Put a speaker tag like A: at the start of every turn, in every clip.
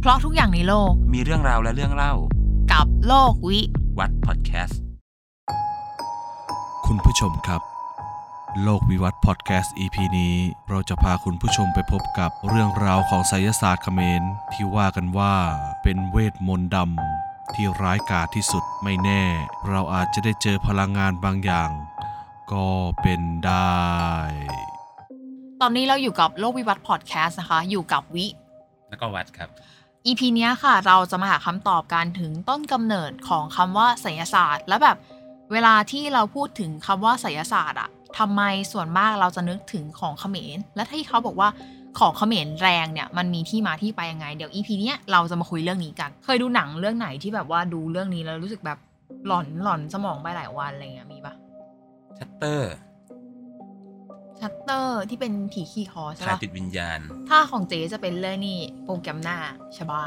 A: เพราะทุกอย่างในโลก
B: มีเรื่องราวและเรื่องเล่า
A: กับโลกวิ
B: วัดพอดแคสต์
C: คุณผู้ชมครับ โลกวิวัฒน์พอดแคสต์ EP นี้ เราจะพาคุณผู้ชมไปพบกับเรื่องราวของไสยศาสตร์เขมรที่ว่ากันว่าเป็นเวทมนต์ดำที่ร้ายกาจที่สุดไม่แน่ เราอาจจะได้เจอพลังงานบางอย่าง ก็เป็นได้
A: ตอนนี้เราอยู่กับโลกวิวัฒน์พอดแคสต์นะคะ อยู่กับวิ
B: แล้วก็วัดครับ
A: EP เนี้ยค่ะ เราจะมาหาคำตอบกันถึงต้นกำเนิดของคำว่าไสยศาสตร์ และแบบเวลาที่เราพูดถึงคำว่าไสยศาสตร์อะทำไมส่วนมากเราจะนึกถึงของเขมร และที่เขาบอกว่าของเขมรแรงเนี่ยมันมีที่มาที่ไปยังไง เดี๋ยว EP เนี้ยเราจะมาคุยเรื่องนี้กัน เคยดูหนังเรื่องไหนที่แบบว่าดูเรื่องนี้แล้วรู้สึกแบบหลอนหลอนสมองไปหลายวันอะไรเงี้ยมีปะ
B: ชัตเตอร์
A: ชัตเตอร์ที่เป็นผีขี้คอใช่
B: ถ่าย
A: ปะ
B: ติดวิญญาณ
A: ถ้าของเจ๊จะเป็นเรื่องนี่โปรแกรมหน้าชบา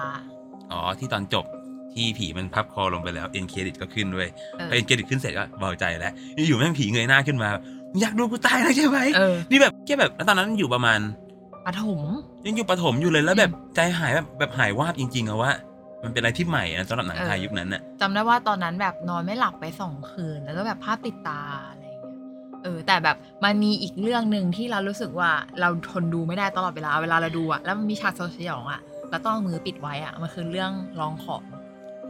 B: อ๋อ ที่ตอนจบที่ผีมันพับคอลงไปแล้วเอ็นเครดิตก็ขึ้นด้วย
A: เออ
B: พอเอ็นเครดิตขึ้นเสร็จก็เบาใจแล้วอยู่ๆแม่งผีเงยหน้าขึ้นมาอยากดูกูตายแล้วใช่ไหม
A: เออ
B: นี่แบบแค่แบบแล้วตอนนั้นอยู่ประมาณ
A: ปฐม
B: ยังอยู่ประถมอยู่เลยแล้วแบบใจหายแบบแบบหายวาบจริงๆอะว่า มันเป็นอะไรที่ใหม่นะสำหรับหนังไทย
A: เออ
B: ยุคนั้นน่ะ
A: จำได้ว่าตอนนั้นแบบนอนไม่หลับไปสองคืน แล้วก็แบบภาพติดตาอะไรอย่างเงี้ยเออ แต่แบบมันมีอีกเรื่องหนึ่งที่เรารู้สึกว่าเราทนดูไม่ได้ตลอดเวลาเวลาเราดูอะแล้วมันมีฉากสยดสยองอะแล้วต้องเอามือปิดไว้อะมันคือเรื่องร้องของ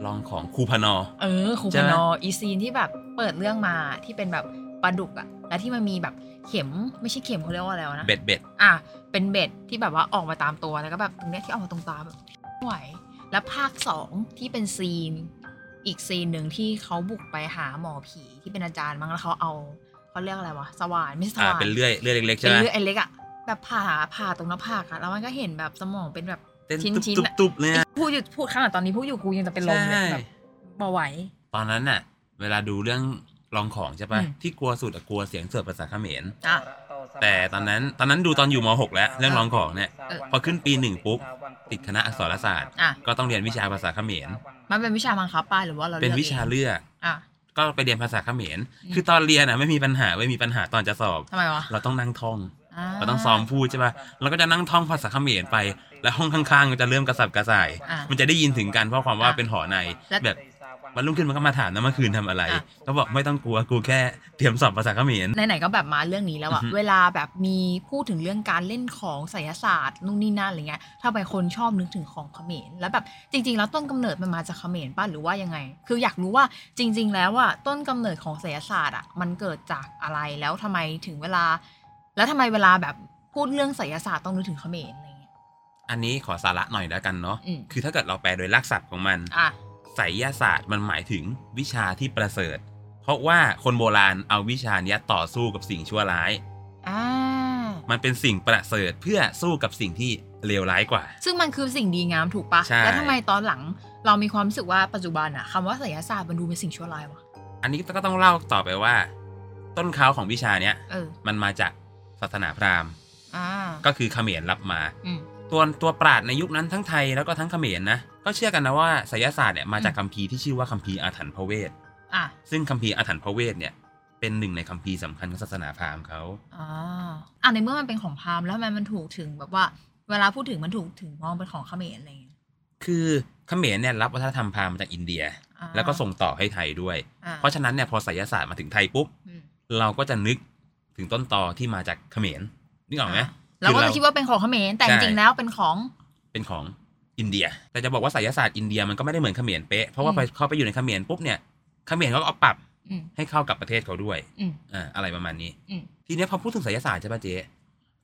B: ลองของครูพนอ
A: เออครู
B: ใช่
A: พ
B: ไหม
A: นออีซีนที่แบบเปิดเรื่องมาที่เป็นแบบปลาดุกอะและที่มันมีแบบเข็มไม่ใช่เข็มเขาเรียกว่าอะไรวะนะ
B: เบ็ดเบ็ด
A: อ่ะเป็นเบ็ดที่แบบว่าออกมาตามตัวแล้วก็แบบตรงเนี้ยที่ออกมาตรงตาแบบไม่ไหว และภาคสองที่เป็นซีน อีกซีนหนึ่งที่เขาบุกไปหาหมอผีที่เป็นอาจารย์มั้งแล้วเขาเอาเขาเรียกอะไรวะสว่านไม่ใช่ส
B: อ่า
A: ว่าน
B: เป็นเลื่อยเลื่อยเล็กๆใช่
A: เป็น
B: ไหม
A: เลือดไอเล็กอะแบบผ่าผ่าตรงหน้าผากอะแล้วมันก็เห็นแบบสมองเป็นแบบ
B: เต้น
A: ชิ้น
B: ตุ
A: ๆ
B: บตุบ
A: อะ
B: ตุบเลยอะ
A: พูดอยู่พูดข้างหลังตอนนี้พูดอยู่กูยังจะเป็นลมเลย
B: ใช่
A: แบบเบาไหว
B: ตอนนั้นน่ะ เวลาดูเรื่องลองของใช่ปะ
A: อืม
B: ที่กลัวสุดอะกลัวเสียงเสือภาษาเขมร
A: อ่ะ
B: แต่ตอนนั้นตอนนั้นดูตอนอยู่ม .6 แล้วเรื่องลองของเนี่ย
A: เออ
B: พอขึ้นปีหนึ่งปุ๊บติดคณะอักษรศาสตร์
A: อ่ะ
B: ก็ต้องเรียนวิชาภาษาเขมร
A: มันเป็นวิชาบังคับป่ะหรือว่าเรา
B: เป็น
A: ลือก
B: วิชา
A: อง
B: เลือก
A: อ่ะ
B: ก็ไปเรียนภาษาเขมร
A: อืม
B: คือตอนเรียนอ่ะไม่มีปัญหาไม่มีปัญหาตอนจะสอบ
A: ทำไมวะ
B: เราต้องนั่งท่อง
A: อ่า
B: เราต้องซ้อมพูดใช่ป่ะเราก็จะนั่งท่องภาษาเขมรไป แล้วห้องข้างๆก็จะเริ่มกระสับกระส่าย
A: อ่ะ
B: มันจะได้ยินถึงกันเพราะความว่าเป็นหอใน
A: และ
B: แบบวันรุ่งขึ้นมันก็มาถามนะเมื่อคืนทำอะไร
A: อ่ะ
B: ก็บอกไม่ต้องกลัว กูแค่เตรียมสอบภาษาเขมร
A: ไหนๆก็แบบมาเรื่องนี้แล้วอะ
B: อือฮึ
A: เวลาแบบมีพูดถึงเรื่องการเล่นของไสยศาสตร์นู่นนี่นั่นอะไรเงี้ยถ้าไปคนชอบนึกถึงของเขมรแล้วแบบจริง ๆ แล้วต้นกำเนิดมันมาจากเขมรป่ะหรือว่ายังไง คืออยากรู้ว่าจริง ๆ แล้วอะต้นกำเนิดของไสยศาสตร์อะมันเกิดจากอะไรแล้วทำไมถึงเวลา แล้วทำไมเวลาแบบพูดเรื่องไสยศาสตร์ต้องนึกถึงเขมรอะไรเงี้ย
B: อันนี้ขอสาระหน่อยแล้วกันเนาะ
A: อืม
B: คือถ้าเกิดเราแปลโดยลักษณ์ของมัน
A: อ่ะ
B: ไสยศาสตร์มันหมายถึงวิชาที่ประเสริฐ เพราะว่าคนโบราณเอาวิชาเนี้ยต่อสู้กับสิ่งชั่วร้าย
A: อ่า
B: มันเป็นสิ่งประเสริฐเพื่อสู้กับสิ่งที่เลวร้ายกว่า
A: ซึ่งมันคือสิ่งดีงามถูกปะ
B: ใช่
A: แล้วทำไมตอนหลังเรามีความรู้สึกว่าปัจจุบันอะคำว่าไสยศาสตร์มันดูเป็นสิ่งชั่วร้ายวะ
B: อันนี้ก็ต้องเล่าต่อไปว่า ต้นเขาของวิชาเนี้ย
A: เออ
B: มันมาจากศาสนาพราหมณ์
A: อ่า
B: ก็คือเขมรรับมา
A: อืม
B: ตัวตัวปราดในยุคนั้นทั้งไทยแล้วก็ทั้งเขมรนะก็เชื่อกันนะว่าไสยศาสตร์เนี่ยมาจากคัมภีร์ที่ชื่อว่าคัมภีร์อาถรรพ์พระเวท
A: อ่ะ
B: ซึ่งคัมภีร์อาถรรพ์พระเวทเนี่ยเป็นหนึ่งในคัมภีร์สำคัญของศาสนาพราหมณ์เขา
A: อ่าอ่ะในเมื่อมันเป็นของพราหมณ์แล้วทำไมมันถูกถึงแบบว่า เวลาพูดถึงมันถูกถึงมองเป็นของเขมรอะไรอย่างเงี้ย
B: คือเขมรเนี่ยรับวัฒนธรรมพราหมณ์มาจากอินเดีย
A: อ่า
B: แล้วก็ส่งต่อให้ไทยด้วย
A: อ่
B: เพราะฉะนั้นเนี่ยพอไสยศาสตร์มาถึงไทยปุ๊บ
A: อืม
B: เราก็จะนึกถึงต้นตอที่มาจากเขมรนึกออกไหม
A: เราก็
B: คื
A: จะ
B: อเรา
A: คิดว่าเป็นของเขมรแต่
B: ใช่
A: จริงๆแล้วเป็นของ
B: เป็นของอินเดีย แต่จะบอกว่าไสยศาสตร์อินเดียมันก็ไม่ได้เหมือนเขมรเป๊ะเพราะว่า
A: อืม
B: พอเข้าไปอยู่ในเขมรปุ๊บเนี่ยเขมรเขาก็เอาปรับ
A: อืม
B: ให้เข้ากับประเทศเขาด้วย
A: อืม
B: อ่าอะไรประมาณนี้
A: อืม
B: ทีเนี้ยพอพูดถึงไสยศาสตร์ใช่ป่ะเจ๊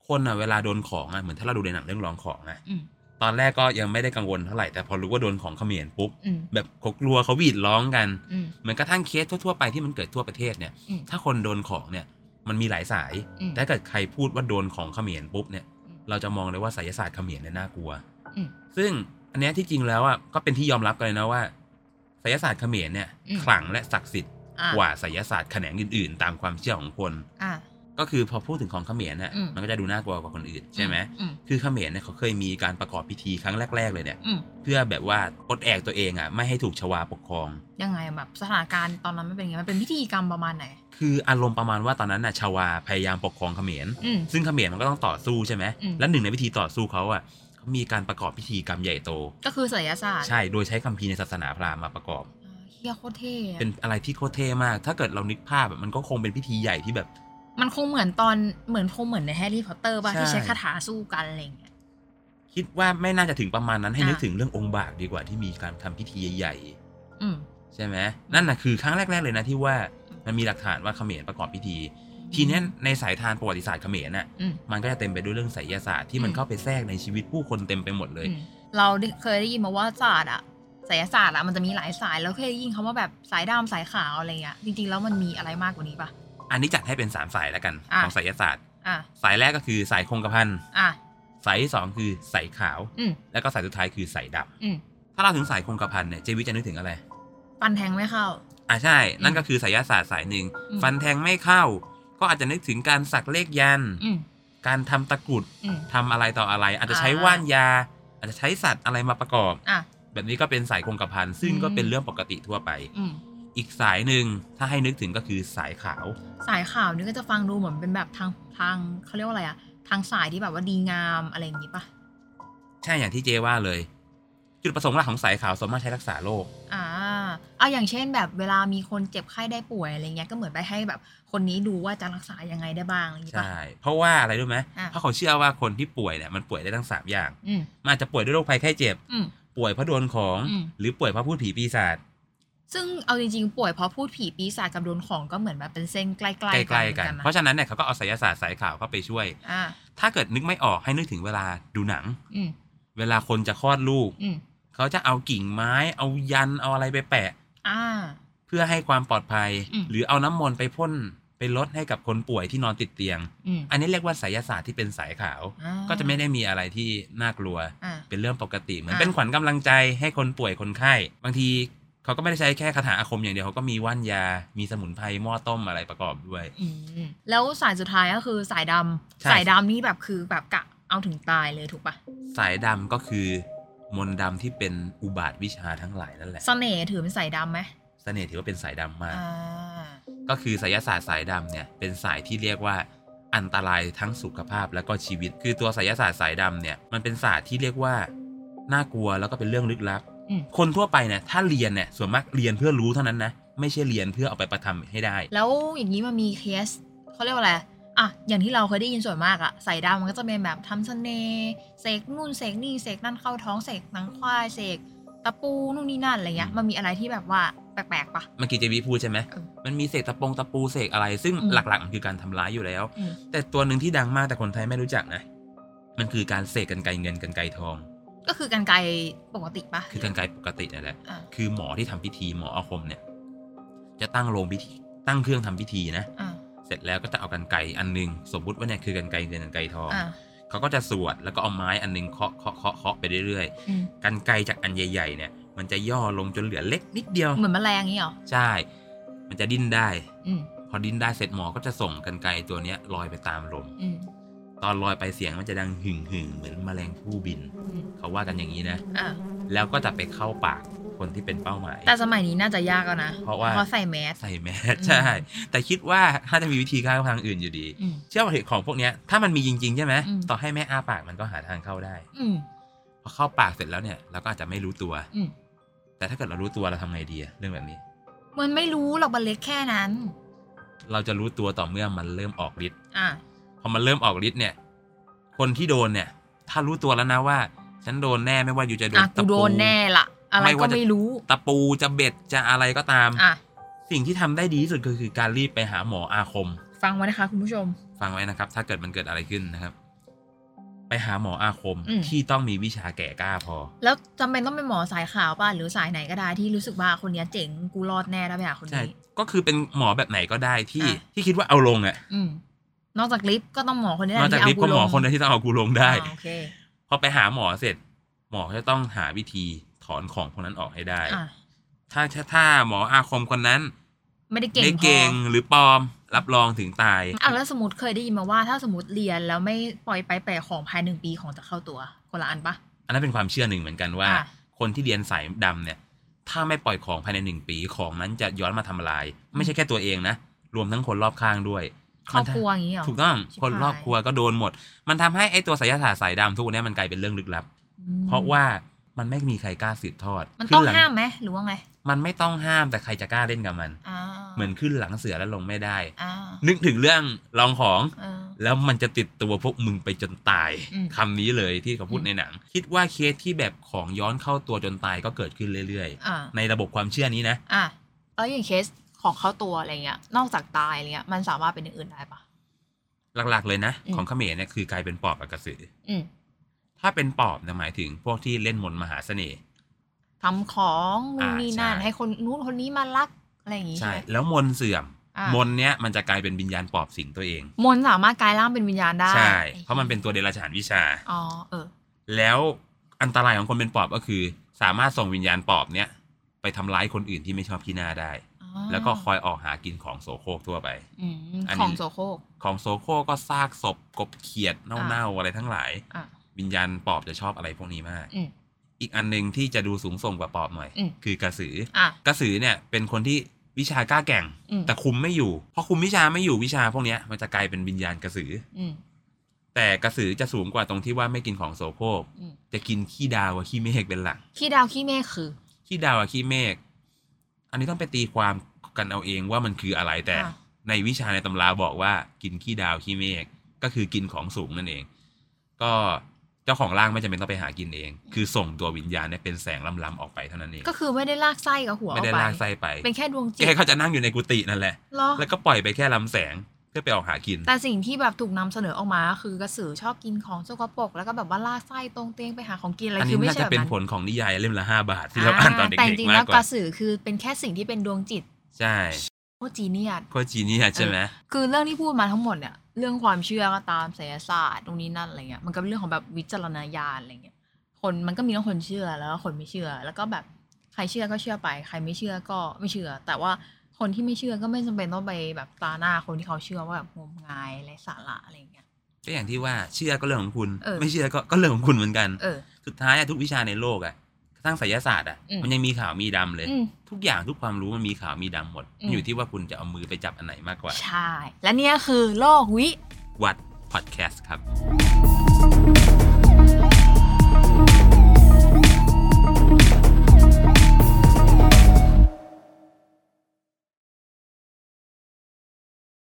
B: คนอ่ะเวลาโดนของอ่ะเหมือนถ้าเราดูในหนังเรื่องรองของอ่ะ
A: อืม
B: ตอนแรกก็ยังไม่ได้กังวลเท่าไหร่แต่พอรู้ว่าโดนของเขมรปุ๊บ
A: อืม
B: แบบเขากลัวเขาหวีดร้องกัน
A: อืม
B: เหมือนกระทั่งเคสทั่วๆไปที่มันเกิดทั่วประเทศเนี่ย
A: อืม
B: ถ้าคนโดนของเนี่ยมันมีหลายสาย
A: อืม
B: แต่ถ้าเกิดใครพูดว่าโดนของเขมรปุ๊บเนี่ย
A: อืม
B: เราจะมองเลยว่าไสยศาสตร์เขมรเนี่ยน่ากลัว
A: อืม
B: ซึ่งอันเนี้ยที่จริงแล้วอ่ะก็เป็นที่ยอมรับกันเลยนะว่าไสยศาสตร์เขมรเนี่ย
A: อืม
B: ขลังและศักดิ์สิทธิ์
A: อ่ะ
B: กว่าไสยศาสตร์แขนงอื่น ๆ ตามความเชื่อของคน
A: อ่ะ
B: ก็คือพอพูดถึงของเขมรเนี่ย
A: อืม
B: มันก็จะดูน่ากลัวกว่าคนอื่นใช่ไหม
A: อืม
B: คือเขมรเนี่ยเขาเคยมีการประกอบพิธีครั้งแรก ๆ เลยเนี่ย
A: อืม
B: เพื่อแบบว่าปลดแอกตัวเองอ่ะไม่ให้ถูกชวาปกครอง
A: ยังไงแบบสถานการณ์ตอนนั้นมันเป็นยังไงมันเป็นพิธีกรรมประมาณไหน
B: คืออารมณ์ประมาณว่าตอนนั้นน่ะชวาพยายามปกครองเขมร
A: อืม
B: ซึ่งเขมรมันก็ต้องต่อสู้ใช่ไหม
A: อืม
B: และหนึ่งในวิธีต่อสู้เขาอ่ะ มีการประกอบพิธีกรรมใหญ่โต
A: ก็คือไสยศาสตร์
B: ใช่ โดยใช้คัมภีร์ในศาสนาพราหมณ์มาประกอบ
A: อ่าเฮียโคตรเท่อะ
B: เป็นอะไรที่โคตรเท่มาก ถ้าเกิดเรานึกภาพอะมันก็คงเป็นพิธีใหญ่ที่แบบ
A: มันคงเหมือนตอนเหมือนคงเหมือนในแฮร์รี่พอตเตอร์ป่ะ
B: ใช่
A: ที่ใช้คาถาสู้กันอะไรอย่างเงี้ย
B: คิดว่าไม่น่าจะถึงประมาณนั้นให้
A: อ่ะ
B: นึกถึงเรื่ององค์บากดีกว่าที่มีการทำพิธีใหญ่
A: อืม
B: ๆ ใช่ไหมนั่นนะคือครั้งแรก ๆเลยนะที่ว่ามันมีหลักฐานว่าเขมรประกอบพิธี ทีเนี้ยในสายทานประวัติศาสตร์เขมรน่ะ
A: อืม
B: มันก็จะเต็มไปด้วยเรื่องไสยศาสตร์ที่มันเข้าไปแทรกในชีวิตผู้คนเต็มไปหมดเลย
A: อืมเราได้เคยได้ยินมาว่าศาสตร์อะไสยศาสตร์อะมันจะมีหลายสายแล้วเคยได้ยินคำว่าแบบสายดำสายขาวอะไรเงี้ยจริงๆแล้วมันมีอะไรมากกว่านี้ปะ
B: อันนี้จัดให้เป็นสามสายแล้วกัน
A: อ่ะ
B: ของไสยศาสตร์
A: อ่ะ
B: สายแรกก็คือสายคงกระพัน
A: อ่ะ
B: สายที่สองคือสายขาว
A: อืม
B: แล้วก็สายสุดท้ายคือสายด
A: อืม
B: ำถ้าเราถึงสายคงกระพันเนี่ยเจวิจะนึกถึงอะไร
A: ฟันแทงไม่เข้า
B: อ่าใช่ นั่นก็คือไสายศาสตร์สายหนึ่ง
A: อืม
B: ฟันแทงไม่เข้า ก็อาจจะนึกถึงการสักเลขยันต์
A: อืม
B: การทำตะกรุด
A: อืม
B: ทำอะไรต่ออะไร อาจจะใช้
A: อ่า
B: ว่านยา อาจจะใช้สัตว์อะไรมาประกอบ
A: อ่ะ
B: แบบนี้ก็เป็นสายคงกระพันซึ่งก็
A: อืม
B: เป็นเรื่องปกติทั่วไป
A: อืม
B: อีกสายหนึ่งถ้าให้นึกถึงก็คือสายขาว
A: สายขาวนี่ก็จะฟังดูเหมือนเป็นแบบทางทางเขาเรียกว่าอะไรอะทางสายที่แบบว่าดีงามอะไรอย่างงี้ปะ
B: ใช่อย่างที่เจว่าเลย จุดประสงค์หลักของสายขาวสามารถใช้รักษาโรค
A: อ่าเอาอย่างเช่นแบบเวลามีคนเจ็บไข้ได้ป่วยอะไรเงี้ยก็เหมือนไปให้แบบคนนี้ดูว่าจะรักษายังไงได้บ้างอะไรอย่างงี้ปะ
B: ใช่ เพราะว่าอะไรรู้ไหม
A: อ่ะ
B: เพราะเขาเชื่อว่าคนที่ป่วยเนี่ยมันป่วยได้ทั้งสามอย่าง
A: อืม
B: มันอาจจะป่วยด้วยโรคภัยไข้เจ็บ
A: อืม
B: ป่วยเพราะโดนของ
A: อืม
B: หรือป่วยเพราะพูดผีปีศาจ
A: ซึ่งเอาจริงๆ ป่วยเพราะพูดผีปีศาจกับโดนของก็เหมือนแบบเป็นเส้นใกล้ๆ
B: ใก
A: กั
B: ล้ๆกัน
A: เหมือ
B: เพราะฉะนั้นเนี่ยเขาก็เอาไสยศาสตร์สายขาวเข้าไปช่วย
A: อ่า
B: ถ้าเกิดนึกไม่ออกให้นึกถึงเวลาดูหนัง
A: อืม
B: เวลาคนจะคลอดลูก
A: อืม
B: เขาจะเอากิ่งไม้ เอายัน เอาอะไรไปแปะ
A: อ่า
B: เพื่อให้ความปลอดภัย
A: อืม
B: หรือเอาน้ำมนต์ไปพ่นไปลดให้กับคนป่วยที่นอนติดเตียง
A: อืม
B: อันนี้เรียกว่าไสยศาสตร์ที่เป็นสายขาว
A: อ่า
B: ก็จะไม่ได้มีอะไรที่น่ากลัว
A: อ่า
B: เป็นเรื่องปกติเหมือน
A: อ่ะ
B: เป็นขวัญกำลังใจให้คนป่วยคนไข้ บางทีเขาก็ไม่ได้ใช้แค่คาถาอาคมอย่างเดียวเขาก็มีว่านยา มีสมุนไพรหม้อต้มอะไรประกอบด้วย
A: อืมแล้วสายสุดท้ายก็คือสายดำ
B: ใช่
A: สายดำนี่แบบคือแบบกะเอาถึงตายเลยถูกปะ
B: สายดำก็คือ มนต์ดำที่เป็นอุบาทวิชาทั้งหลายนั่นแหละ
A: เสน่ห์ถือเป็นสายดำไหม
B: เสน่ห์ถือว่าเป็นสายดำมาก
A: อ่า
B: ก็คือไสยศาสตร์สายดำเนี่ยเป็นสายที่เรียกว่าอันตรายทั้งสุขภาพและก็ชีวิต คือตัวไสยศาสตร์สายดำเนี่ยมันเป็นศาสตร์ที่เรียกว่าน่ากลัวแล้วก็เป็นเรื่องลึกลับ
A: อืม
B: คนทั่วไปเนี่ยถ้าเรียนเนี่ยส่วนมากเรียนเพื่อรู้เท่านั้นนะไม่ใช่เรียนเพื่อเอาไปประทำให้ได้
A: แล้วอย่างนี้มันมีเคสเขาเรียกว่าอะไรอ่ะอย่างที่เราเคยได้ยินส่วนมากอะสายดำมันก็จะเป็นแบบทำเสน่ห์เสกนู่นเสกนี่เสกนั่นเข้าท้องเสกหนังควายเสกตะปูนู่นนี่นั่นอะไรเงี้ยมันมีอะไรที่แบบว่าแปลกๆปะ
B: เมื่อกี้เจวีพูดใช่ไหม
A: เออ
B: มันมีเสกตะปงตะปูเสกอะไร ซึ่ง
A: อืม
B: หลักๆ มันคือการทำร้ายอยู่แล้ว
A: อืม
B: แต่ตัวหนึ่งที่ดังมากแต่คนไทยไม่รู้จักนะ มันคือการเสกกันไกรเงินกันไกรทอง
A: ก็คือกันไกรปกติปะ
B: คือกันไกรปกตินั่นแหละ
A: อ่า
B: คือหมอที่ทำพิธีหมออาคมเนี่ย จะตั้งโรงพิธี ตั้งเครื่องทำพิธีนะ
A: อ่า
B: เสร็จแล้วก็จะเอากันไกรอันหนึง สมมุติว่าเนี่ยคือกันไกรเงินกันไกรทอง
A: อ่า
B: เขาก็จะสวดแล้วก็เอาไม้อันหนึงเคาะเคาะเคาะเคาะไปเรื่อย
A: อืม
B: ๆ กันไกรจากอันใหญ่ๆเนี่ย มันจะย่อลงจนเหลือเล็กนิดเดียว
A: เหมือนแมลงอย่างงี้เหรอ
B: ใช่ มันจะดิ้นได้
A: อืม
B: พอดิ้นได้เสร็จหมอก็จะส่งกันไกลตัวเนี้ยลอยไปตามลม
A: อืม
B: ตอนลอยไปเสียงมันจะดังหึ่งหึ่งๆเหมือนแมลงผู้บิน
A: อืม
B: เขาว่ากันอย่างนี้นะ
A: อ่า
B: แล้วก็จะไปเข้าปากคนที่เป็นเป้าหมาย
A: แต่สมัยนี้น่าจะยากแล้วนะ
B: เพราะว่า
A: เขาใส่แมส
B: ใส่แมส
A: อืม
B: ใช่แต่คิดว่าถ้าจะมีวิธีการทางอื่นอยู่ดี
A: อืม
B: เชื่อว่าเหตุของพวกเนี้ยถ้ามันมีจริงๆใช่ไหม
A: อืม
B: ต่อให้แม่อ้าปากมันก็หาทางเข้าได้
A: อืม
B: พอเข้าปากเสร็จแล้วเนี่ยเราก็อาจจะไม่รู้ตัว
A: อืม
B: แต่ถ้าเกิดเรารู้ตัวเราทำไงดีอะเรื่องแบบนี้
A: มันไม่รู้หรอกมันเล็กแค่นั้น
B: เราจะรู้ตัวต่อเมื่อมันเริ่มออกฤทธิ์
A: อ่า
B: พอมันเริ่มออกฤทธิ์เนี่ย คนที่โดนเนี่ย ถ้ารู้ตัวแล้วนะว่า ฉันโดนแน่ไม่ว่าอยู่จะโด
A: อ่ะ
B: น
A: กูโดนแน่ละอะไรก็ไม่รู้
B: ตะปูจะเบ็ดจะอะไรก็ตาม
A: อ่ะ
B: สิ่งที่ทำได้ดีที่สุดก็คือการรีบไปหาหมออาคม
A: ฟังไว้นะคะคุณผู้ชม
B: ฟังไว้นะครับ ถ้าเกิดมันเกิดอะไรขึ้นนะครับ ไปหาหมออาคม
A: อืม
B: ที่ต้องมีวิชาแก่กล้าพอ
A: แล้วจำเป็นต้องเป็นหมอสายขาวป่ะหรือสายไหนก็ได้ที่รู้สึกว่าคนเนี้ยเจ๋งกูรอดแน่แล้วไปหาคน
B: ใช่
A: นี้
B: ก็คือเป็นหมอแบบไหนก็ได้ที่
A: อ่ะ
B: ที่คิดว่าเอาลงอะ
A: อืมนอกจากลิฟต์ก็ต้องหมอคนนี้แห
B: น
A: ละ
B: อกจาก
A: ที่เ
B: นี้ก็หมอ
A: ลง
B: คนใดที่ต้องเอากูลงได้
A: อ่าโอเค
B: พอไปหาหมอเสร็จ หมอก็จะต้องหาวิธีถอนของพวกนั้นออกให้ได้
A: อ่ะ
B: ถ้าถ้าถ้าหมออาคมคนนั้น
A: ไม่ได้เก่ง
B: ไม่
A: พ
B: เก่ง
A: อ
B: หรือปลอมรับรองถึงตาย
A: อ่ะแล้วสมมติเคยได้ยินมาว่าถ้าสมมติเรียนแล้วไม่ปล่อยไปแปะของภายหนึ่งปีของจะเข้าตัวคนละอันปะ
B: อันนั้นเป็นความเชื่อหนึ่งเหมือนกันว่า
A: อ่ะ
B: คนที่เรียนสายดำเนี่ย ถ้าไม่ปล่อยของภายในหนึ่งปีของนั้นจะย้อนมาทำลาย ไม่ใช่แค่ตัวเองนะ รวมทั้งคนรอบข้างด้วย
A: ครอบครัวอย่างนี้เหรอ
B: ถูกต้อง
A: ชิบหาย
B: คนรอบครัวก็โดนหมด มันทำให้ไอ้ตัวไสายศาสตร์สายดำทุกวันนี้มันกลายเป็นเรื่องลึกลับ เพราะว่ามันไม่มีใครกล้าสืบทอด
A: มันต้อง
B: ขึ้ลั
A: ห้ามไหมหรือว่าไง
B: มันไม่ต้องห้ามแต่ใครจะกล้าเล่นกับมัน
A: อ่า
B: เหมือนขึ้นหลังเสือแล้วลงไม่ได้
A: อ่า
B: นึกถึงเรื่องลองของ
A: เออ
B: แล้วมันจะติดตัวพวกมึงไปจนตาย
A: อืม
B: คำนี้เลยที่เขาพูดในหนัง คิดว่าเคสที่แบบของย้อนเข้าตัวจนตายก็เกิดขึ้นเรื่อย
A: อ่า
B: ๆ ในระบบความเชื่อนี้นะ
A: อ่ะแล้วอย่างเคสของเข้าตัวอะไรเงี้ย นอกจากตายอะไรเงี้ย มันสามารถเป็นอย่างอื่นได้ปะ
B: หลักๆเลยนะ
A: อืม
B: ของเขมรเนี่ยคือกลายเป็นปอบกับกระสือ
A: อืม
B: ถ้าเป็นปอบเนี่ยหมายถึงพวกที่เล่นมนต์มหาเสน่ห์
A: ทำของนู่น
B: อ่า
A: นี่นั่น
B: ใช่
A: ให้คนนู้นคนนี้มารักอะไรอย่างงี้
B: ใช่
A: ใช่ไหม
B: แล้วมนต์เสื่อม
A: อ่ะ
B: มนต์เนี้ยมันจะกลายเป็นวิญญาณปอบสิงตัวเอง
A: มนต์สามารถกลายร่างเป็นวิญญาณได้
B: ใช่ เพราะมันเป็นตัวเดรัจฉานวิชา
A: อ๋อเออ
B: แล้วอันตรายของคนเป็นปอบก็คือ สามารถส่งวิญญาณปอบเนี้ยไปทำร้ายคนอื่นที่ไม่ชอบขี้หน้าได้
A: อ๋อ
B: แล้วก็คอยออกหากินของโสโครกทั่วไป
A: อืม
B: อันนี้
A: ของโซโครก
B: ของโซโครกก็ซากศพกบเขียดเน่าๆอะไรทั้งหลาย
A: อ่ะ
B: วิญญาณปอบจะชอบอะไรพวกนี้มาก
A: อืม
B: อีกอันหนึ่งที่จะดูสูงส่งกว่าปอบหน่อย
A: อืม
B: คือกระสือ
A: อ่ะ
B: กระสือเนี่ยเป็นคนที่วิชากล้าแกร่ง
A: อืม
B: แต่คุมไม่อยู่พอคุมวิชาไม่อยู่วิชาพวกเนี้ยมันจะกลายเป็นวิญญาณกระสือ
A: อืม
B: แต่กระสือจะสูงกว่าตรงที่ว่าไม่กินของโสโครก
A: อืม
B: จะกินขี้ดาวกับขี้เมฆเป็นหลัก
A: ขี้ดาวขี้เมฆคือ
B: ขี้ดาวกับขี้เมฆ อันนี้ต้องไปตีความกันเอาเองว่ามันคืออะไรแต่
A: อ่ะ
B: ในวิชาในตำราบอกว่ากินขี้ดาวขี้เมฆก็คือกินของสูงนั่นเอง ก็เจ้าของร่างไม่จำเป็นต้องไปหากินเอง คือส่งตัววิญญาณเนี่ยเป็นแสงลำๆออกไปเท่านั้นเอง
A: ก็คือไม่ได้ลากไส้กับหัว
B: ไม่ได้
A: ออป
B: ลากไส้ไป
A: เป็นแค่ดวงจิต
B: แกเขาจะนั่งอยู่ในกุฏินั่นแหละ
A: เหรอ
B: แล้วก็ปล่อยไปแค่ลำแสงเพื่อไปออกหากิน
A: แต่สิ่งที่แบบถูกนำเสนอออกมาคือกระสือชอบกินของสกปรกแล้วก็แบบว่าลากไส้ตรงเตียงไปหาของกินอะไร
B: อัน
A: คื
B: นี้
A: อไม่
B: น่า
A: ใช่
B: จะ
A: แบบ
B: เป็น
A: นั้น
B: ผลของนิยายเล่มละห้าบาทที่เราอ่านตอนเด็
A: แต่จ
B: ก
A: ริง
B: ๆ
A: ๆแล้
B: มาก
A: ว
B: ก
A: ก
B: ว่า
A: ระสือคือเป็นแค่สิ่งที่เป็นดวงจิต
B: ใช่
A: โคตรจีเนียส
B: โคจีนี่ใช่ไหม
A: คือเรื่องที่พูดมาทั้งหมดเนี่ยเรื่องความเชื่อก็ตามไสยศาสตร์ตรงนี้นั่นอะไรเงี้ยมันก็เป็นเรื่องของแบบวิจารณญาณอะไรเงี้ยคนมันก็มีทั้งคนเชื่อแล้วก็คนไม่เชื่อ แล้วก็แบบใครเชื่อก็เชื่อไป ใครไม่เชื่อก็ไม่เชื่อ แต่ว่าคนที่ไม่เชื่อก็ไม่จำเป็นต้องไปแบบตาหน้าคนที่เขาเชื่อว่าแบบงมงายไรสาระอะไรเงี้ย
B: ก็อย่างที่ว่าเชื่อก็เรื่องของคุณ
A: เออ
B: ไม่เชื่อก็ก็เรื่องของคุณเหมือนกัน
A: เออ
B: สุดท้ายอะทุกวิชาในโลกอะกระทั่งไสยศาสตร์อะ
A: อืม
B: มันยังมีขาวมีดำเลย
A: อืม
B: ทุกอย่างทุกความรู้มันมีขาวมีดำหมด
A: อืม
B: มันอยู่ที่ว่าคุณจะเอามือไปจับอันไหนมากกว่า
A: ใช่ และเนี่ยคือโลกวิ
B: วัดพอดแคสต์ครับ